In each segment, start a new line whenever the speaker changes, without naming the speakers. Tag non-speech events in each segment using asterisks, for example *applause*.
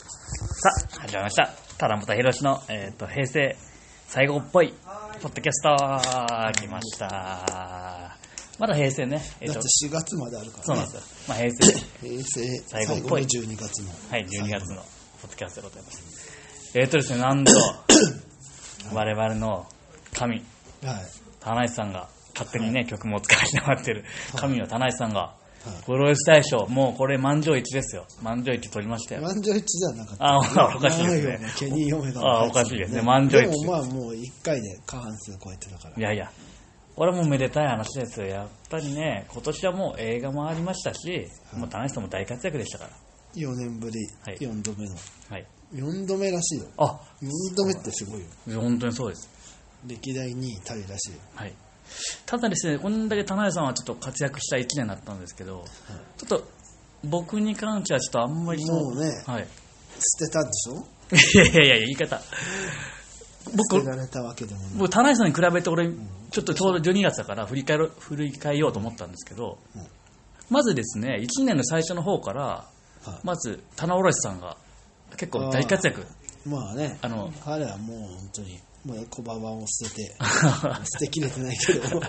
さあ、始まりました。ただもたひろしの、えっ、と、平成最後っぽい、ポッドキャスト、来ました。まだ平成ね。えっ
だっ
と
て4月まであるか
そう
ら
なん
ね
ですよ。まあ、平成、
平成
最
最
後っ
後
ぽ
の
い
12月の
はい、12月のポッドキャストでございます。えっ、とですね、なんと、我々の神、
はいはい
田内さんが、勝手にね、曲も使わせてもらってる、神の田内さんが、プロレス大賞、もうこれ満場一致ですよ。満場一致取りましたよ。
満場一致じゃなかった
あおおかしいですね
長よケニー・オメガ
あおかしいですね満場一致
でもまあもう1回で過半数超えてたから
いやいや、俺もめでたい話ですよ。やっぱりね、今年はもう映画もありましたし、もう田中さんも大活躍でしたから。
4年ぶり
はい
4度目の
はい。
4度目らしいよ
あ、
4度目ってすごいよ
本当にそうです。
歴代2位タイらしいよ
はい。ただですね、こんだけ田中さんはちょっと活躍した1年だったんですけど、ちょっと僕に関してはちょっとあんまりその
もうね
はい。
捨てたんでしょ
いやいやいや、言い方。
捨て
僕、
られたわけでもない
僕田中さんに比べて俺、ちょっとちょうど12月だから振り返ろ振り返ようと思ったんですけど、
うん
まずですね、1年の最初の方から、
はい
まず、棚卸さんが結構大活躍。
まあね
あの
彼はもう本当にもう小馬場を捨て
*laughs*
て捨てきれてないけど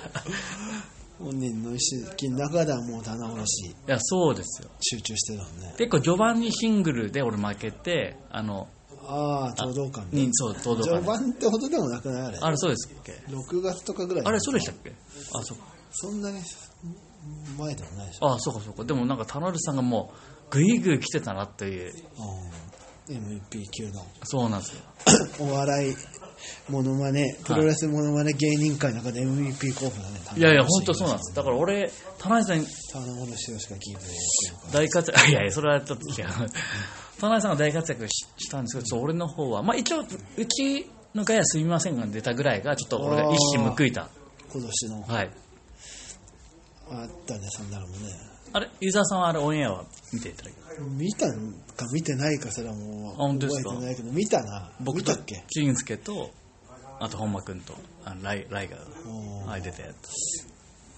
本人の意識の中ではもう棚卸し
いや、そうですよ。
集中してたのね
結構序盤にシングルで俺負けて、あの、
ああちょうど感
に
ね
そう、東道
序
館で。
盤ってほどでもなくないあれ
あれ、そうですっけ
6月とかぐらい
あれ、そうでしたっけあ、そうか。
そんなに前でもないでしょ
あ、そうか、そうか。でもなんか、棚卸さんがもう、ぐいぐい来てたなっていう、
うん MVP 級の *coughs*
そうなんですよ。
お笑いモノマネプロレスモノマネ芸人界の中で MVP 候補だね
いやいや、本当そうなんです。だから俺、棚卸さんに
棚卸しをしかキープできるから
大活躍、い *laughs* やいや、それはちょっと違う。田中さんが大活躍ししたんですけど、ちょっと俺の方は、まあ一応、うちの会はすみませんが出たぐらいが、ちょっと俺が一矢報いた。
今年の
はい。
あったねそんなのもね
あれ、ユーザーさんはあれオンエアは見ていただけ
見たんか見てないかすらも
本
う
当です
覚え
か
てないけど見たな
僕
見
と
たっけ、
俊介と、あと本間くんと、あのライライガー
うん
が、はい、出たやつ。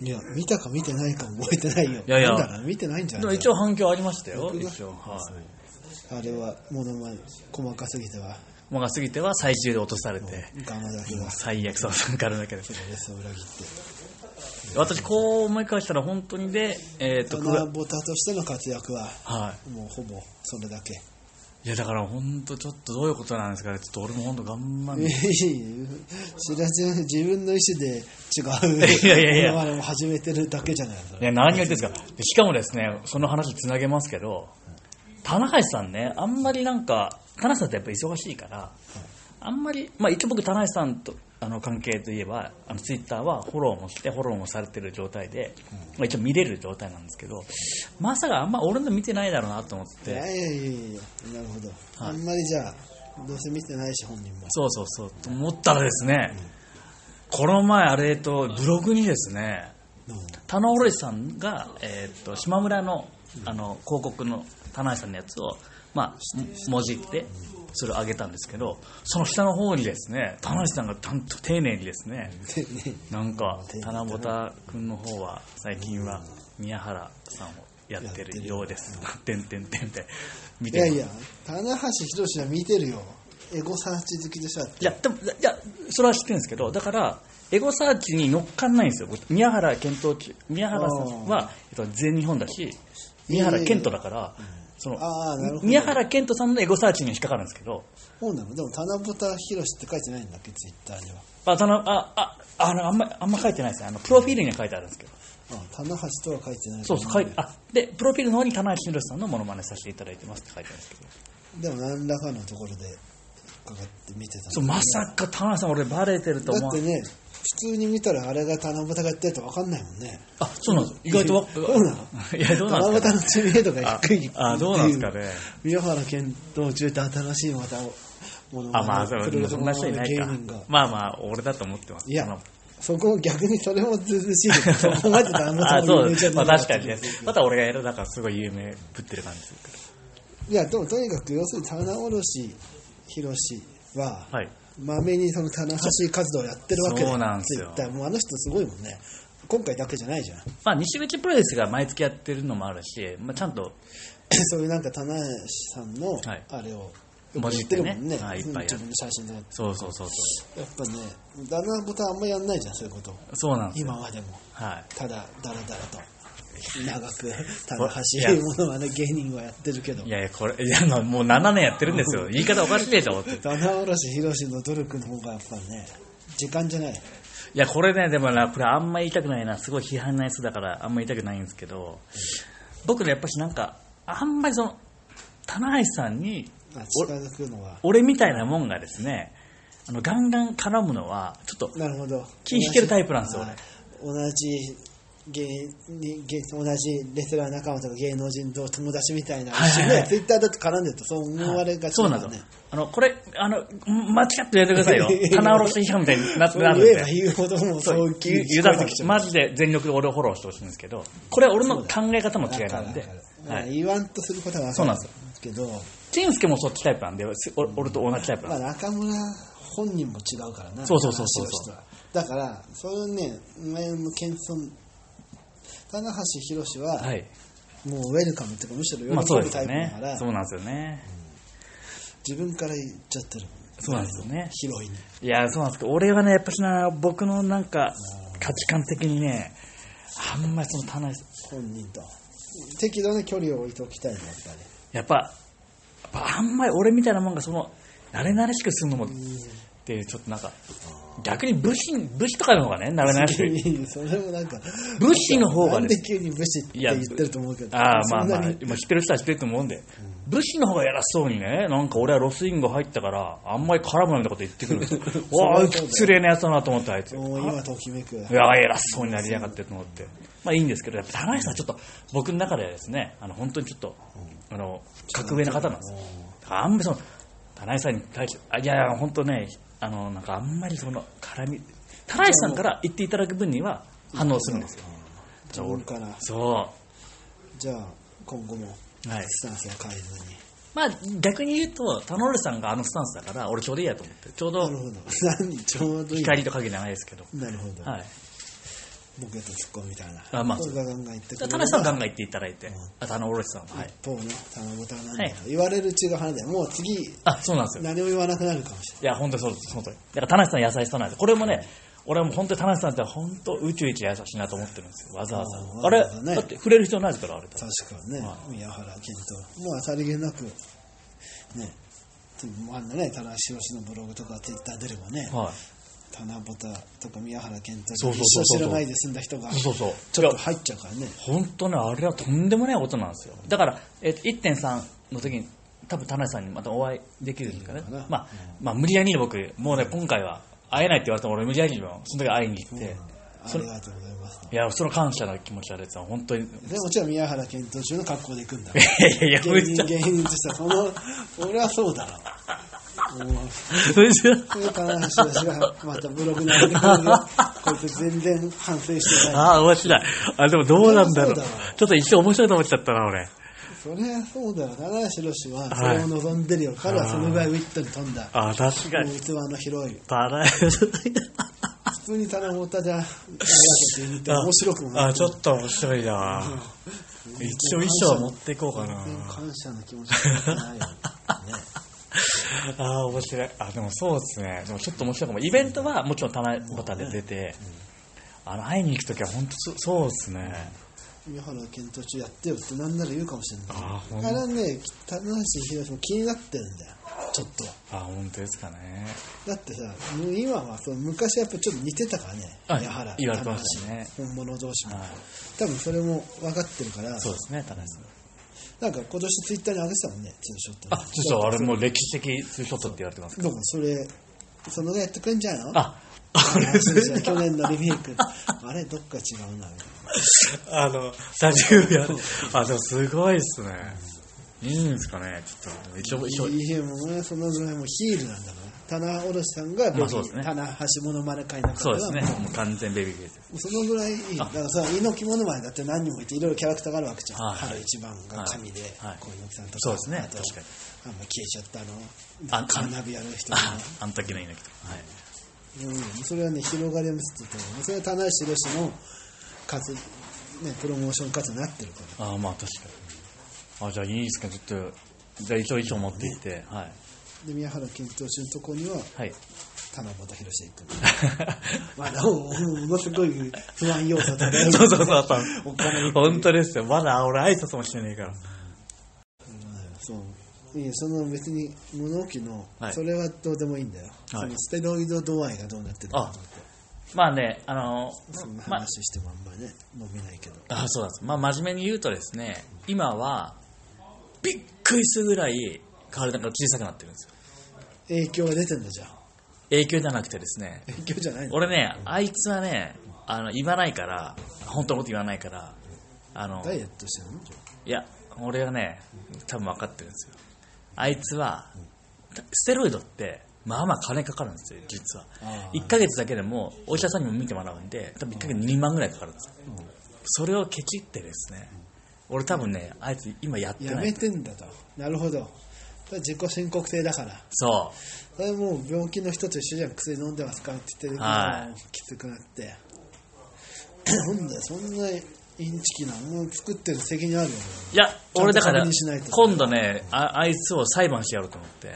いや見たか見てないか覚えてないよ
いやいや
なんだろう見てないんじゃ
で
な
も
い
一応反響ありましたよ、
僕が
一応。はい。
あれはものまね細かすぎては
もが過ぎては最終で落とされて、
ガマだけが
最悪そう、分からなければ
プ。ロレスを裏切って
私、こう思い返したら本当にで、えっ、と、
ド
くが
ナボタとしての活躍は
はい。
もうほぼそれだけ
いやだから本当ちょっとどういうことなんですかねちょっと俺も本当頑張んない
知らず自分の意思で違
*laughs* いやいやいうや
ものまねを始めてるだけじゃないそれ
や何を言ってんですかでしかもですねその話つなげますけど田中さんねあんまりなんか田中さんってやっぱ忙しいからあんまりまあ一応僕田中さんとあの関係といえばあのツイッターはフォローもしてフォローもされてる状態で、まあ、一応見れる状態なんですけどまさかあんま俺の見てないだろうなと思っ
いや
て
いやいやいやなるほど、あんまりじゃあどうせ見てないし本人も
そうそうそうと思ったらですねこの前あれとブログにですね *laughs*
うん
田野卸さんが、えー、と島村のあの広告の田中さんのやつを、まあ、もじってそれをあげたんですけどその下の方にですね田中さんがちゃんと丁寧にですね
でね
なんか棚ぼた君の方は最近は宮原さんをやってるようです「 *laughs* てんてんてん」って見
い
て
や
る
いや棚橋宏は見てるよエゴサーチ好きでしょだっ
い
て
やでもいやそれは知ってるんですけどだからエゴサーチに乗っかんないんですよ僕宮原健闘中宮原さんは、えっと、全日本だし宮原健人だから、その
あーなるほど
宮原健人さんのエゴサーチに引っかかるんですけど
そうなのでも棚ぼた宏って書いてないんだっけツイッターには
あそのあああのあんまあんま書いてないですねあのプロフィールには書いてあるんですけど
あ棚橋とは書いてない
そうそう書いあでプロフィールの方に田中俊さんのモノマネさせていただいてますって書いてあるんですけど
でも何らかのところで引っかかって見てたの
そうまさか田中さん俺バレてると思
だっ
わ
て
な
ね普通に見たらあれが七夕がやってると分かんないもんね
あそうなんです意外とわ
そうなの
*laughs* いやどうなん
七
ですか
夕の知名度が低い
ああどうなんですかね
宮原健闘中って新しいまたもの
あ、まあ、そ
プロレス
んな人いないか
芸人が。
まあまあ、俺だと思ってます。
いや
あの
そこ逆にそれもずずし
*laughs*
いけどそこまで七
あ、
夕
そ
の
う
有名じゃな
ま
い
あ確かにね。また俺がやる、だからすごい有名ぶってる感じするか
いやでもとにかく要するに棚卸宏は
ら。はい。
まめにその棚橋活動をやってるわけだ
そうなんですよ
Twitter もうあの人すごいもんね今回だけじゃないじゃん *laughs*
まあ、西口プロレスが毎月やってるのもあるし、まあ、ちゃんと、
そういうなんか棚橋さんの
はい
あれをやってるもん
混じってね
ね。
はいいっぱいやる
自分の写真で。
そうそうそうそ
やっぱね、旦那のことはあんまやんないじゃん、そういうこと。
う。そうなんですよ。
今はでも、
はい。
ただ、だらだらと。長く、
ほ
棚
ら
橋いうものはね、芸人はやってるけど
い。やいや、これ、いや、 *laughs* まあもう7年やってるんですよ。言い方おかしいでしょって。い
棚卸宏の努力の方がやっぱね、時間じゃない。
や、これね、でもな、これあんま言いたくないな。すごい批判なやつだから、あんま言いたくないんですけど、僕ね、やっぱしなんか、あんまりその、棚橋さんに、
あ近づくのは。
俺みたいなもんがですね、あの、ガンガン絡むのは、ちょっと、
なるほど。
気引けるタイプなんですよ
はい同じ芸人、芸同じレスラー仲間とか芸能人と友達みたいな、
はいはいはい
一緒にねツイッターだと絡んでるとそう思われがち
そう
だ
な
か
ん
ら
です
ね。
よ。。あの、これ、あの、間違ってやってくださいよ棚卸し批判みたいになって
そう
なるん
言え
で
ば。言うほどもうそういう気
ゆゆ
聞こ
だ
え
さ
て
ん
きち、ゃう
マジで全力で俺をフォローしてほしいんですけど、これは俺の考え方の違いなんで
わかるわか、る
はい。
言わんとすることはわ
そう
か
な
る
んですよ
けど、
チンスケもそっちタイプなんで、すお俺と同じタイプ
ま
な
あ、
んで
中村本人も違うからな、
そうそうそうそう
話をしてはだから、そういうね、前の謙遜、棚橋宏は、
す。はい。
もうウェルカムっていうか、むしろ喜
まあそうで
ぶ
す
タ
よ
イプだか
ね
ら。、
そうなんですよね。
自分から言っちゃってるもん
そうなんですよね。
広いね
いや、そうなんですけど、俺はね、やっぱしな、僕のなんか、価値観的にね、あんまりその、棚橋
本人と適度な距離を置いておきたいねやっぱ
やっぱ、やっぱあんまり俺みたいなもんがその、慣れ慣れしくするのも、っていう、ちょっとなんか、逆に武士、武士とかの方がね、慣れ慣れしく。
り *laughs* それもなんか
武士の方が
なん
で
です急に武士って言ってると思うけど
ああ、
そ
まあ
ん
ま
な
あ、
に
今知ってる人は知ってると思うんで、武士の方が偉そうにね、なんか俺はロスイング入ったから、あんまり絡むなんてこと言ってくるん
*laughs*
ですよ。わあ、あいつ失礼なやつだなと思って、あいつ。
もう今ときめく
いや、偉そうになりやがってと思って。まあいいんですけど、やっぱ棚橋さんはちょっと、僕の中ではですね、あの、本当にちょっと、あの、格上な方なんですよ。だからあんまりその、棚橋さんに対して、あいやいや、本当ね、あの、なんかあんまりその、絡み、棚橋さんから言っていただく分には反応するんですよ。
自分から
そ
じゃあ今後も
う。はい。
スタンスを変えずに
まあ逆に言うと、田之さんがあのスタンスだから、俺ちょうどいいやと思って。ちょう
なる
ど、
ほど何ちょうどいい
光と影じゃないですけど。
なるほど
はい。
ボケとツッコミみたいな
あまあ
これがガンガン言ってくれ
田
る
之さんガンガン言っていただいて、あ田之さんは。はい。
そうね頼む頼む
はい
言われるうちが花だよもう次
あ、そうなんですよ。
何も言わなくなるかもしれない
いや、本当にそうです、その通り。だから、田無さん優しさなんです。これもね、俺はもう本当に田無さんって本当宇宙一優しいなと思ってるんですよ、わざわ
あ
ざ。
ー
あれ、
わざわざね
だって触れる必要ないですから、あれ。
確かにね、
は
宮原健人、もうさりげなく、ね、つあんなね、田中宏のブログとかツイッター出ればね、
は
田中ボタとか宮原健人
そ
と
う
か
そう
一
そうそう
生知らないで済んだ人が、
い。そうそうそう。
ちょっと入っちゃうからね、
本当ね、あれはとんでもないことなんですよ。だから、えっと1.3の時に、多分田無さんにまたお会いできるんですかね
いいのかな。
まあ、まあ、無理やりに僕、もうね、今回は会えないって言われたら俺無理やりにも、その時会いに行って、
ありがとうございます。
いや、その感謝の気持ちあれですよ、本当に。い
でもちろん宮原健人中の格好で行
*laughs*
くんだ。
やいやいや、
芸人、芸人としては、その、俺はそうだろう。もうそれから話がまたブログに上げてくれるよこいつ全然反省してない。
ああ、面白い。あ、でもどうなんだろう。
そうだ
ちょっと一瞬面白いと思っちゃったな、俺。
そりゃそうだよ、七橋宏はそれを望んでるよ、彼はそのぐらいウィットに飛んだ、
ああ、確か
も
に。
う器の広い、
バラエティ
普通に棚本じゃ、あやせって言って面白くも
あ
な
あ、
い
ちょっと面白いな。一応衣装持っていこうかな。
全然感謝の気持ちがない
*laughs*
よ、ね、
ああ、面白い。あ、でもそうですね。でもちょっと面白いかも。イベントはもちろん棚ボタで出て、あの、会いに行くときは本当そそうですね。
三原健途中やってよってなんなら言うかもしれない。
あーほん
あれはね、棚橋宏も気になってるんだよ、ちょっとは。
あ本当ですかね。
だってさ、もう今はその昔はやっぱちょっと似てたからね、
あ
三原、
言われてましたね
棚橋本物同士も
はい。
多分それも分かってるから、
そうですね、棚さん。
なんか今年ツイッターに上げてたもんね、ツーショット
あ
ね、
実はあれもう歴史的ツーショットって言われてますけど。
どうもそれ、そのぐらいやってくれんじゃないの
あ、あれですね。
*laughs* 去年のリメイク。あれ、どっか違うな、みたい
あの、タジウムやる。あ、でもすごいっすね。いいんですかね、ちょっと。一応、一
な。
応、
いいゲームもね、そのぐらいもうヒールなんだから。棚卸さんが、
まあそうですね
棚橋ものまね会の中
そうですね
は。
もう完全ベビーゲーです。
もうそのぐらいいい。だからさ、猪木ものまねだって何人もいて、いろいろキャラクターがあるわけじゃん。
はい
春一番が神で、
はい
こう猪木さんとか。
そうですね
あと
確かに
あんま消えちゃったあの、
あ
カーナビやる人もね。
あ、あの時の猪木と。はい。
うん、それはね、広がりますって言ってもそれは棚橋宏の活、ね、プロモーション活動になってるから。
ああ、まあ確かに。あ、じゃあいいですか、ちょっと。じゃあ一応衣装持って行って、はい。
で宮原健投手のとこには
はい。
田中宏君まだもうものすごい不安要素だ
*laughs* *laughs*
ね
そうそうそうそう
お金。
本当ですよ。まだ俺挨拶もしてねえから。
そういやその別に物置の、
はい
それはどうでもいいんだよ、
はい
そのステロイド度合いがどうなってるのかと思って
まあね、あの、
そんな
まあ、
話してもあんまりね飲めないけど
あそうなんです。まあ、真面目に言うとですね、今は、びっくりするぐらい体が小さくなってるんですよ。
影響は出てんだじゃん
影響じゃなくてですね、
影響じゃないの
俺ね、あいつはね、あの、言わないから、本当のこと言わないから、あの、
ダイエットしてるのじゃ
いや、俺はね、多分分かってるんですよ。あいつは、ステロイドって、まあまあ金かかるんですよ、実は
あ。ー
1ヶ月だけでも、お医者さんにも見てもらうんで、多分1ヶ月2万ぐらいかかるんですよ。それをケチってですね、俺多分ね、あいつ今やって
んや
な
め
い。
てんだとなるほどそれ自己申告制だから
そ
それもう病気の人と一緒じゃん薬飲んでますかって言ってる
はい
もうきつくなって *coughs* なんだよそんなインチキなもう作ってる責任あるよね
う。いや、俺だから
ちゃんと確認しないと、
今度ねあ、あいつを裁判してやろうと思って、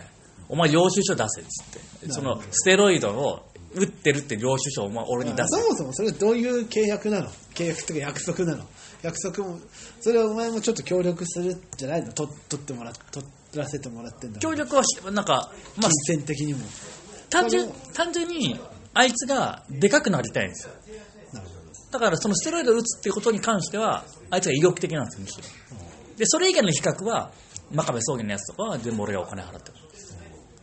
お前領収書出せっつって、そ
なる
の
ほど
ステロイドを打ってるって領収書をお前俺に出
そ
せ。
もそもそれどういう契約なの契約っていうか約束なの約束もそれはお前もちょっと協力するんじゃないのと取ってもら取らせてもらってんだ
協力はし、なんか、まあ、
金銭的にも
単純
それ
単純にあいつがでかくなりたいんですよ
なるほ
だからそのステロイドを打つっていうことに関してはあいつが意欲的なんですよむしろでそれ以外の比較は真壁葬儀のやつとかは全部俺がお金払ってる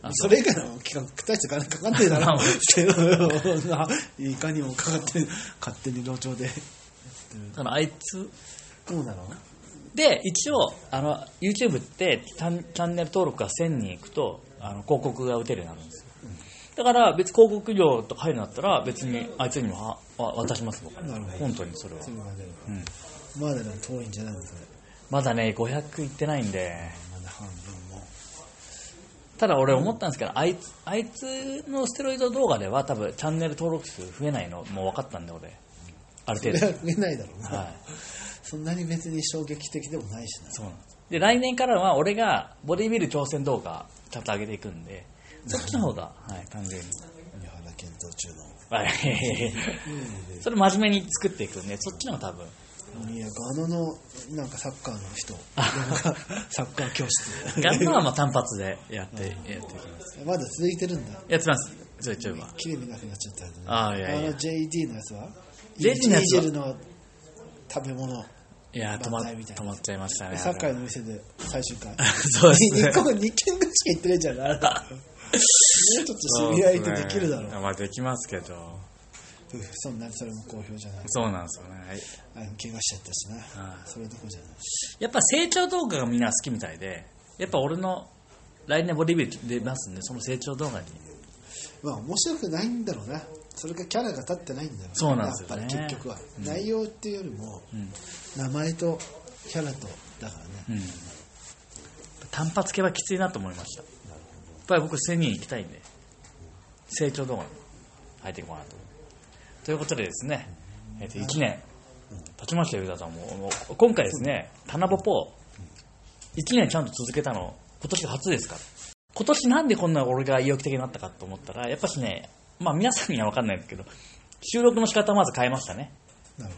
あ
どそれ以外の企画大して金かかってるだろそんないかにもかかってる勝手に同調で
だからあいつ
どうなの
で一応あの YouTube ってチャンチャンネル登録が1000人いくとあの広告が打てるようになるんですよだから別に広告料とか入るんだったら別にあいつにもはあ渡します僕
なるほど
本当にそれは
それまでの
うん
まだでも遠いんじゃないのそれ
まだね500いってないんで
まだ半分も
ただ俺思ったんですけど、あいつあいつのステロイド動画では多分チャンネル登録数増えないのもう分かったんで俺ある
そ
程
れ
度
は見えないだろうな、
はい
そんなに別に衝撃的でもないしな
そうなんですで来年からは俺がボディビル挑戦動画ちゃんと上げていくんでそっちの方が、はい、完全に
三原健闘中の
はいそれ真面目に作っていくんでそっちの方が多
*laughs*
分
いや、ガノの、なんかサッカーの人、なんかサッカー教室。
ガンマはまあ単発でやってやっていきます
*laughs* まだ続いてるんだ。
やってますちょいちょいは
綺麗になくなっちゃったよね
ああいやいや
の JD のやつは
JD のやつは
イージルの食べ物。
いや止ま
万歳みたいな
止まっちゃいましたね
サッカーの店で最終回。
*laughs* そうですね
2個、二軒ぐらいしか行ってないじゃん。あなたもうちょっと知り合いってできるだろう。
まあできますけど
うんそんな、それも好評じゃない。
そうなんですよね
あの怪我しちゃったしな
は。い
それどころじゃない。
やっぱ成長動画がみんな好きみたいでやっぱ俺の来年ボディビル出ますんでその成長動画に
まあ面白くないんだろうなそれがキャラが立ってないんだろう
そうなんですよね
やっぱり結局は、内容っていうよりも、名前とキャラとだからね、
うん単発系はきついなと思いましたやっぱり僕1000人行きたいんで成長動画に入っていこうかなとということでですね、えっと1年経ちましたよ、ユダさんももう今回ですね、タナボポ1年ちゃんと続けたの今年が初ですから今年なんでこんな俺が意欲的になったかと思ったらやっぱしねまあ皆さんには分かんないですけど収録の仕方をまず変えましたね
なる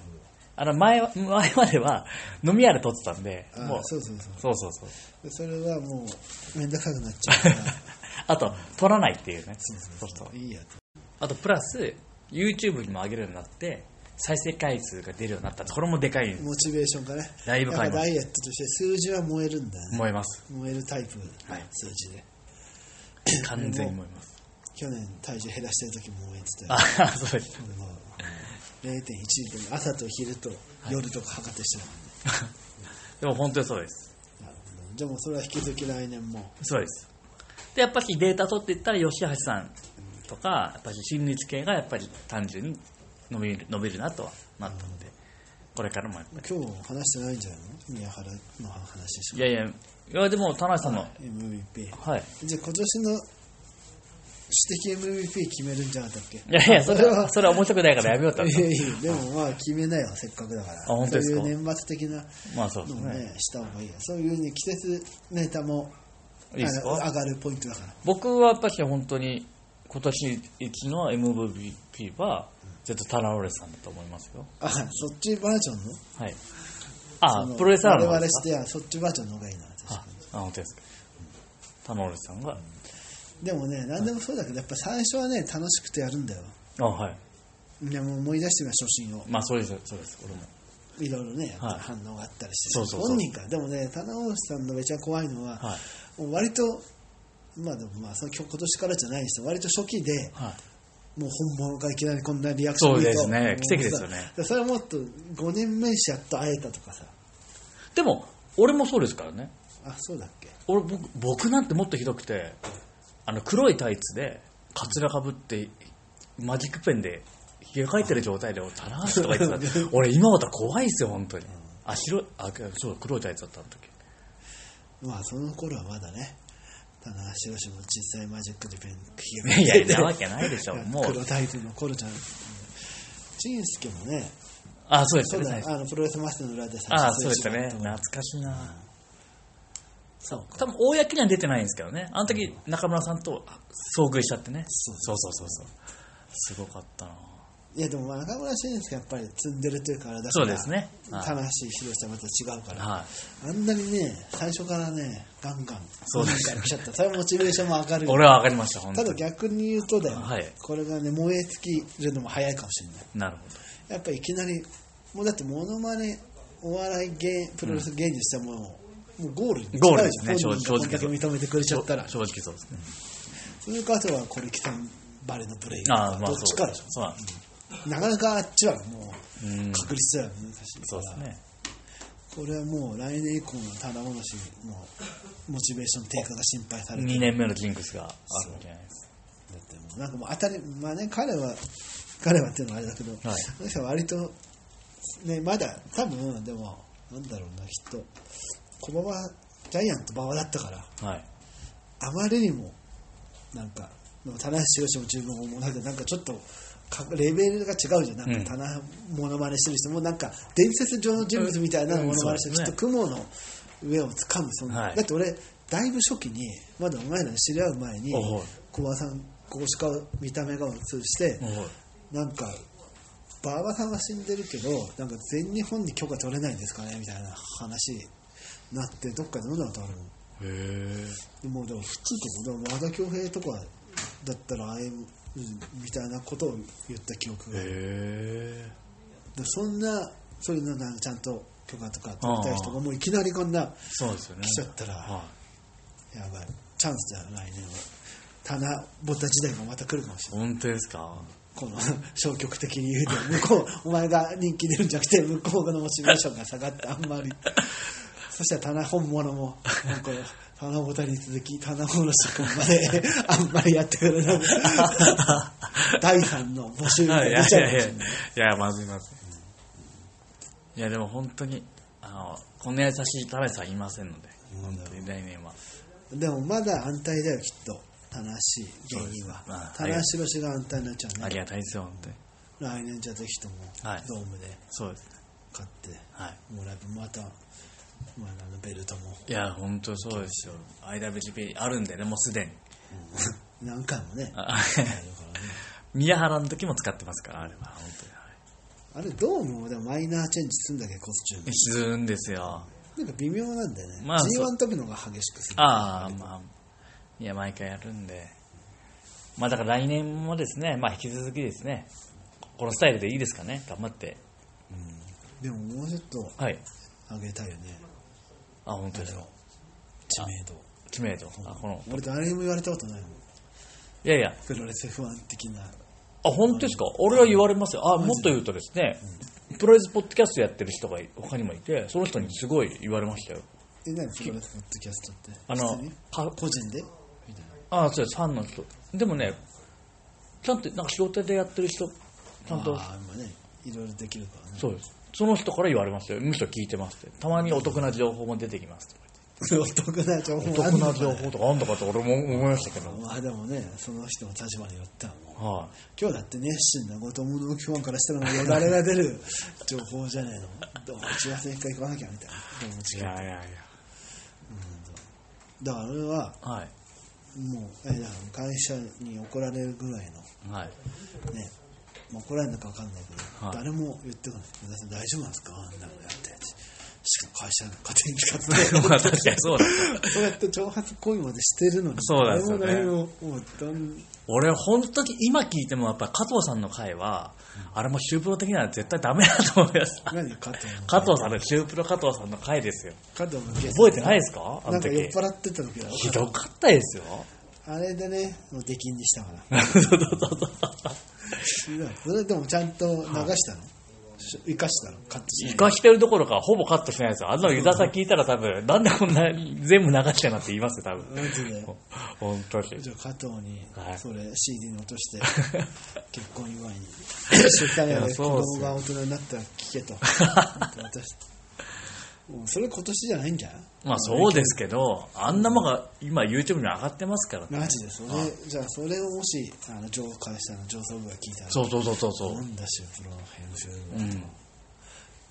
あの前は前までは飲み屋で撮ってたんで
ほど
も
あ
う
あそうそうそう
そうそうそう。
でそれはもう面倒くさくなっちゃうから
*laughs* あと、取らないっていうね。
そうそう
そう
そ
そう
いいや
あと、プラス、YouTube にも上げるようになって、再生回数が出るようになったこれもでかい
とモチベーションがね
だいぶ変わ
や
り
っ
ま
ぱ
した
ダイエットとして数字は燃えるんだよね
思います。
燃えるタイプ、
はい
数字で
*laughs* 完全に思います。
去年体重減らしてる時も燃えてた
あ
よ、
そうです。
もう0.1で朝と昼と夜とか測ってしてたもんね、
でも本当にそうです。
なるほどじゃあもうそれは引き続き来年も
そうです。で、やっぱりデータ取っていったら、吉橋さんとか、やっぱり親日系がやっぱり単純に伸びる伸びるなとはなったので、これからもやっぱり。
今日話してないんじゃないの宮原の話でし
い
ょ
やいや、いやでも、田中さんの、
MVP
はい。
じゃあ今年の私的 MVP 決めるんじゃなかったっけ
いやいや、それは、
あ
それは面白 *laughs* くないからやめようって
それはいやいやでもまあ決めなよせっかくだから
本当ですか
そういう年末的な
まあそうで
の
す
も
ね。
ねした方がいいよそういうね季節ネタも
いいですか
あの上がるポイントだから。
僕はやっぱり本当に今年一の MVP は絶対タナロレスさんだと思いますよ。
あ、そっちバージョンの
はい。あ
その、
プロレスラーの
我
方です
々しては、そっちバージョンの方がいいな、確
か
か
あ、あ本当ですか。タナロレスさんが、
に。でもね、何でもそうだけど、やっぱ最初はね、楽しくてやるんだよ。
あ、はい。
いやもう思い出してみよう、初心を。
まあそうです、そうです、俺も。
いろいろね、やっぱ
はい
反応があったりして、
そうそうそう
本人から。でもね、棚橋さんのめちゃ怖いのは、
はい。
もう割と、まあでもまあ、その今日今年からじゃないにしても、割と初期で、
はい。
もう本物がいきなりこんなリアクション見ると
そうですね奇跡ですよね。
もうさそれはもっと5年目にしてやっと会えたとかさ、
でも、俺もそうですからね。
あ、そうだっけ。
俺僕僕なんてもっとひどくてあの黒いタイツでカツラかぶってマジックペンでひげ描いてる状態で「棚橋」とか言って *laughs* た俺今思ったら怖いですよ本当にあ白いあそう黒いタイツだったあの時
まあその頃はまだね、棚橋宏も実際マジックでペン、ひ
いや *laughs* いやなわけないでしょもう
黒タイツの頃じゃん。仁助もね、
あそうです
そう
ね最
だよ
初
あのプロレスマスターの裏でさ、
あそうでした
一
ね
番
懐かしいな
そうか。
多分公には出てないんですけどねあの時中村さんと遭遇しちゃってねそうそうそうそうすごかったない
やでも中村俊輔やっぱり積んでるというかあれだから、
そうですねはい
棚橋宏とはまた違うから、
はい
あんなにね、最初からね、ガンガン、
そうです
ガンガン来ちゃった。それはモチベーションも上がるよ。
俺は分かりました本当
ただ
に
逆に言うとだよ、
はい
これがね、燃え尽きるのも早いかもしれない。
なるほど
やっぱいきなり、もうだってモノマネ、お笑い芸、プロレス芸人しても、もうゴールに近いじゃん
ゴールですね
本人がこんだけ
正直
認めてくれちゃったら。
正直そうですね
それかあとはコリキさんバレーのプレイと
あ
か
あ、まあ
ど
そ
っ
う
ちかでしょ。
そうなんです
なかなかあっちはもう
うん
確率では難しいか
そう
ら、
ですね
これはもう来年以降の棚卸しのモチベーション低下が心配されて
2
る
年目のジンクスがあるんじゃないです
だってもうなんかもう当たりまあね彼は彼はっていうのはあれだけど、
はい
あの人は割とねまだ多分でもなんだろうなきっと駒場ジャイアント馬場だったから
かはい
あまりにもなんかでも棚橋宏も十分思うだけどなんかちょっとかレベルが違うじゃんなん
うん
か棚モノマネしてる人もなんか伝説上の人物みたいな
うんうん
モノマネしてる
そう
き
で
っと
す
雲の上をつかむそんな、
はい
だって俺だいぶ初期にまだお前らに知り合う前に
おう
小林さんこうしか見た目が映して
もう
なんか馬場さんは死んでるけどなんか全日本に許可取れないんですかねみたいな話になってどっかで飲んだことあるの
へえ
でもでも普通とかでも和田恭平とかだったらああいううんみたいなことを言った記憶が、
へ
でそんなそういうのなんかちゃんと許可とか取りたい人がもういきなりこんな
そうですよね
来ちゃったら
は
やばいチャンスだよ来年は棚ぼった時代がまた来るかもし
い
れない
本当ですか
この *laughs* 消極的に言うと向こうお前が人気出るんじゃなくて向こうのモチベーションが下がってあんまりそしたら棚本物もなんか棚ぼたに続き棚卸し君まで *laughs* あんまりやってくれない *laughs* 第3の募集が
はいいや
出
い
ちゃう
や
か
い
も
や
しれ
い
ない
やまずいまずいいやでも本当にあのこんな優しい田辺さんいませんので本当に来年は
でもまだ安泰だよきっと棚橋芸人
そうですね
は
あ
棚橋氏が安泰になっちゃ
あ
う
り
ね
がたいですよ本当に
来年じゃぜひとも
はい
ドームで
そうですね
勝って
はい
もらえばまたまああのベルトも
いや本当そうですよ IWGP あるんでねもうすでに
*laughs* 何回もね
あ
あるからね
*laughs* 宮原の時も使ってますからあれは本当にはい
あれドームもでもマイナーチェンジするんだけどコスチューム
沈むんですよ
なんか微妙なんだよね、
まあ
G1 の時の方が激しくする
ああまあいや毎回やるんでまあだから来年もですねまあ引き続きですねこのスタイルでいいですかね頑張って
でももうちょっと
はい
上げたいよね
あ本当ですか
知名度
知名度あこの
俺誰にも言われたことないもん
いやいや
プロレス不安的な
あ本当ですか俺は言われますよあもっと言うとですねプロレスポッドキャストやってる人が他にもいてその人にすごい言われましたよ
え何プロレスポッドキャストって
あの
普通に
か
個人でみたいな
ああそうですファンの人でもねちゃんとなんか仕事でやってる人ちゃんと
ああ今ねいろいろできるからね
そうです。その人から言われましたよ。むしろ聞いてますって。たまにお得な情報も出てきますとか
*laughs* お得な情
お
報あ
得
んの
な
かね
情報とかあんのかって俺も思いましたけど。
まあでもねその人の立場によってはもう
は
今日だって熱心な後藤物置ファンからしたらもうよだれが出る情報じゃねえのどうも打ち合わせ一回行かなきゃみたいなどうも
い。
違
いうやいやいや。
だから俺は
はい
もうあれだ会社に怒られるぐらいの
はい
ね、まあ、怒られるのか分かんないけど、
はい
誰も言ってこない皆さん大丈夫なんですかあんなのやってしかも会社の家庭に *laughs* 使っ
まあ確かにそうだ
てそうやって挑発行為までしてるのに
そうなんですよね
誰も何ももうどん
俺本当に今聞いてもやっぱ加藤さんの回は、あれもシュープロ的には絶対ダメだと思います
何加藤の
加藤さんのシュープロ加藤さんの回ですよ
加藤のゲスト
覚えてないですかあ
な
の
んか
時
酔っ払ってた時だろ
ひどかったですよ
あれでねもう出禁にしたから
*laughs* そうそうそうそう
それでもちゃんと流したの、し生かしたのカットしない
生かしてるどころかほぼカットしてないですよあんなの湯田さん聞いたら多分なんでこんな全部流してなって言いますよ多分
マジで
本当に
じゃあ加藤に
はい
それ CD に落として
*laughs*
結婚祝いに出産や
い
で
や
子
そうっす
供
よ
が大人になったら聞
*laughs*
けと渡してもうそれ今年じゃないんじゃん
まあそうですけどあんなもんが今 YouTube に上がってますからね
マジでそれじゃあそれをもしあの上会社の上層部が聞いたら
そうそうそうそうそう
なんだしプロ編集部
うん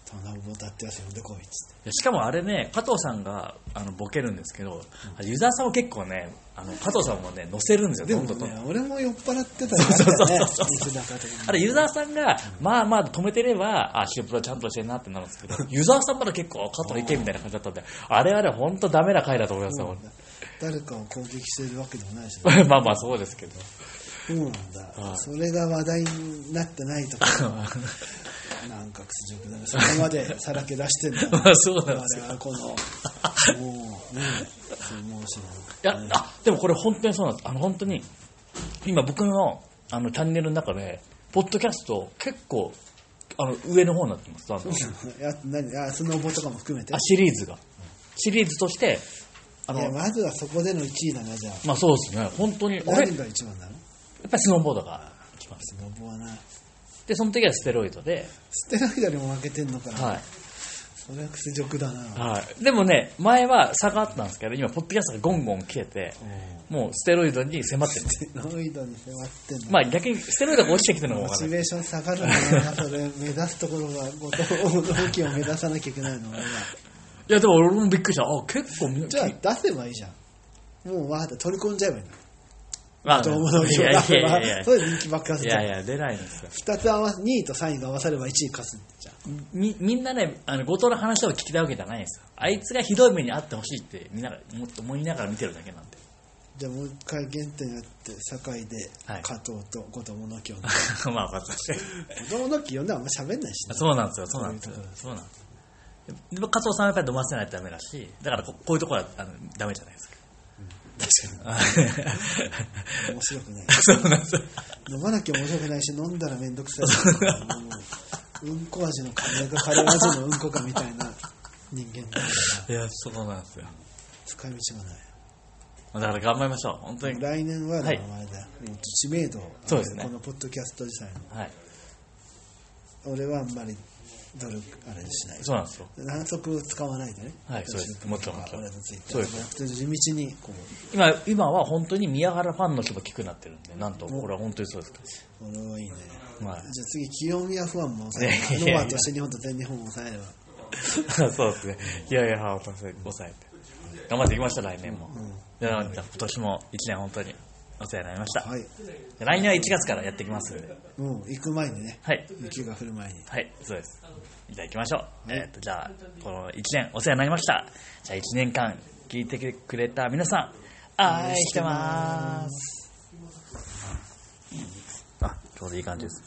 田中ボタってやつ呼んでこいっつって
でしかもあれね、加藤さんがあのボケるんですけど、ユーザーさんも結構ね、あの加藤さんもね、乗せるんですよ、
で
ど
も
んどんどんどん
ね俺も酔っ払ってたからね
そうそうそうそう
道中とかに
あれ、ユーザーさんが、まあまあ止めてれば、あ、シュープロちゃんとしてんなってなるんです *laughs* けど、ユーザーさんから結構、加藤いけみたいな感じだったんで、あれはね、本当ダメな回だと思いますよ、
誰かを攻撃してるわけでもないし
まあまあそうですけど。
そうなん
は
だ
い
それが話題になってないとかなんか屈辱だねそこまでさらけ出してんだ
まあ *laughs* そうなんですよ
我々はこのもうねそう面
い
白
や、あ、でもこれ本当にそうなんです。あの、本当に、今僕の、あの、チャンネルの中で、ポッドキャスト結構、あの、上の方になってます、だんだん
いや何あスノボとかも含めて
あ、シリーズが。シリーズとして、あ
いや
の、
まずはそこでの1位だなじゃあ
まあそうですね、本当に、俺、やっ
何が一番なの
ぱりスノーボードが来ます。
スノボはな
で、その時はステロイドで、
ステラフィダでも負けてんのかな、
はい。
それは屈辱だな、
はい。でもね、前は差があったんですけど、今、ポッドキャストがゴンゴン来てて、もうステロイドに迫ってるんです。
ノイドに迫ってんの
まあ逆に、ステロイドが落ちてきてるのも
モ
分か
チ *laughs*
んない。
ベーション下がるんだな、それ、目指すところが、ごと大きいを目指さなきゃいけないの、俺は。
いや、でも俺もびっくりした。あ、結構みんな、
じゃあ、出せばいいじゃん。もう、わかった、取り込んじゃえばいいの。
まあ、
どうもどうも
いやいやいや *laughs* いや。
それで人気爆発
い
じ
や
ゃん
い。や、出ないんですよ。
2つ合わせ、2位と3位が合わされば1位勝つんじゃん。
み、みんなね、あの、後藤の話を聞きたいわけじゃないんですよ。あいつがひどい目にあってほしいって、みんなが、もっと思いながら見てるだけなんで。
じゃあ、もう一回原点やって、酒井で
はい、
加藤と子供の木を。
まあ、私。
子供の木呼んだらあんま喋んないしね。
そうなんですよ、そうなんですよ。そうなんですよ。でも加藤さんはやっぱり飲ませないとダメだし、だからここういうところはあのダメじゃないですか。
確かに。面白くない。
*laughs* そうなんですよ。
飲まなきゃ面白くないし飲んだらめんどくさいうんうんこ味のカレーかカレー味のうんこかみたいな人間だから
いや、そうなんですよ。
使い道がない
だから頑張りましょう、本当に。
来年はだから
はい
あれだよもう知名度を
そうですね
このポッドキャスト自体
はい。
の俺はあんまり努力あれしない
そうなんですよ。
反則を使わないでね
はいそうですもちろんもちろん
俺のツイッタ
そう
ー
です
とかなくて地道にこう
今、今は本当に宮原ファンの人も聞くなってるんで、なんと、これは本当にそうですか
俺はいいね
ら。は
じゃあ次清宮ファンも抑
*laughs*
え
いやいやい
て
や
ノアとして日本と全日本を抑えれば
い。 *laughs* そうですね。いやいや、本当に抑えて。頑張っていきました、来年も。いやじゃあ今年も1年本当にお世話になりました。
はい
で来年は1月からやっていきますんで。
もう行く前にね
はい。
雪が降る前に
はい、そうです。いただきましょう。えーっと、じゃあ、この1年お世話になりました。じゃあ1年間聞いてくれた皆さん、愛してます。あ、ちょうどいい感じです。